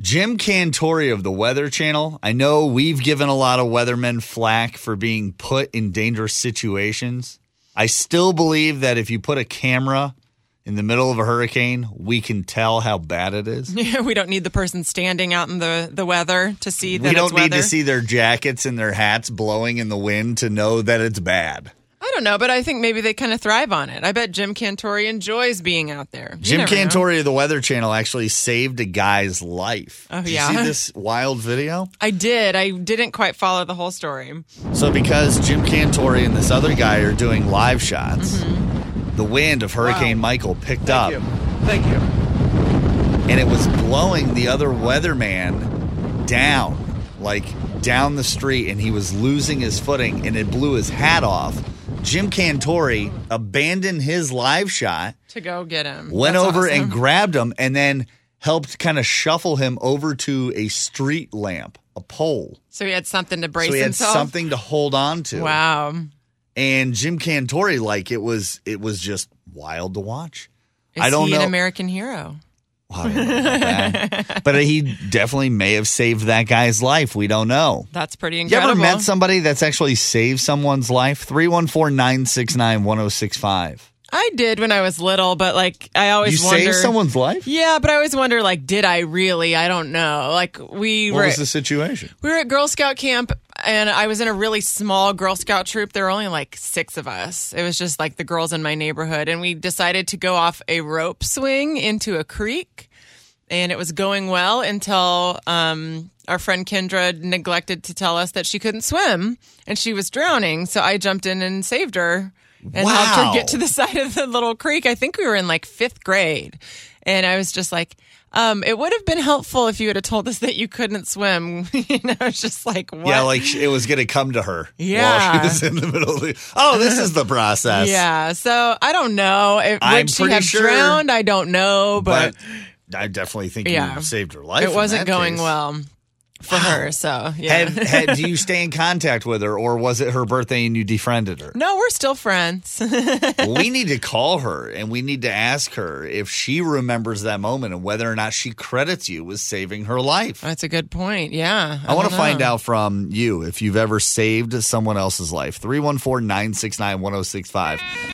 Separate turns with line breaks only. Jim Cantori of the Weather Channel. I know we've given a lot of weathermen flack for being put in dangerous situations. I still believe that if you put a camera in the middle of a hurricane, we can tell how bad it is.
we don't need the person standing out in the, the weather to see that
we don't
it's weather.
need to see their jackets and their hats blowing in the wind to know that it's bad.
I don't know, but I think maybe they kind of thrive on it. I bet Jim Cantori enjoys being out there. You
Jim
never know.
Cantori of the Weather Channel actually saved a guy's life.
Oh,
Did
yeah.
You see this wild video?
I did. I didn't quite follow the whole story.
So, because Jim Cantori and this other guy are doing live shots,
Mm-hmm.
the wind of Hurricane Michael picked up
Thank you. Thank you.
and it was blowing the other weatherman down, like down the street, and he was losing his footing and it blew his hat off. Jim Cantori abandoned his live shot
To go get him.
went
That's
over
awesome.
and grabbed him and then helped kind of shuffle him over to a street lamp, a pole.
So he had something to brace
so he had
himself.
something to hold on to.
Wow.
And Jim Cantori, like it was it was just wild to watch.
Is
I don't
he
know.
an American hero?
Well, I don't know about that. but he definitely may have saved that guy's life. We don't know.
That's pretty
You
incredible.
ever met somebody that's actually saved someone's life? 314 969 1065.
I did when I was little, but like I
You
always wonder.
saved someone's life?
Yeah, but I always wonder, like, did I really? I don't know. Like, we
What
were
was the situation?
we were at Girl Scout camp, and I was in a really small Girl Scout troop. There were only like six of us. It was just like the girls in my neighborhood, and we decided to go off a rope swing into a creek, and it was going well until um, our friend Kendra neglected to tell us that she couldn't swim and she was drowning. So I jumped in and saved her and helped
Wow.
her get to the side of the little creek. I think we were in like fifth grade. And I was just like, um, it would have been helpful if you would have told us that you couldn't swim. you know, it's just like, what?
Yeah, like it was going to come to her. While
Yeah.
she was in the middle of the. Oh, this is the process.
Yeah, so I don't know. It,
I'm
would she
pretty
have
sure,
drowned? I don't know,
But
but,
I definitely think
Yeah.
you saved her life.
it
in
wasn't
that
going
case.
well for her. So, yeah.
Had, had, do you stay in contact with her, or was it her birthday and you defriended her?
no, we're still friends.
we need to call her and we need to ask her if she remembers that moment and whether or not she credits you with saving her life. I,
That's a good point. Yeah.
want to
don't
find
know.
out from oh you if you've ever saved someone else's life. 314 969 1065.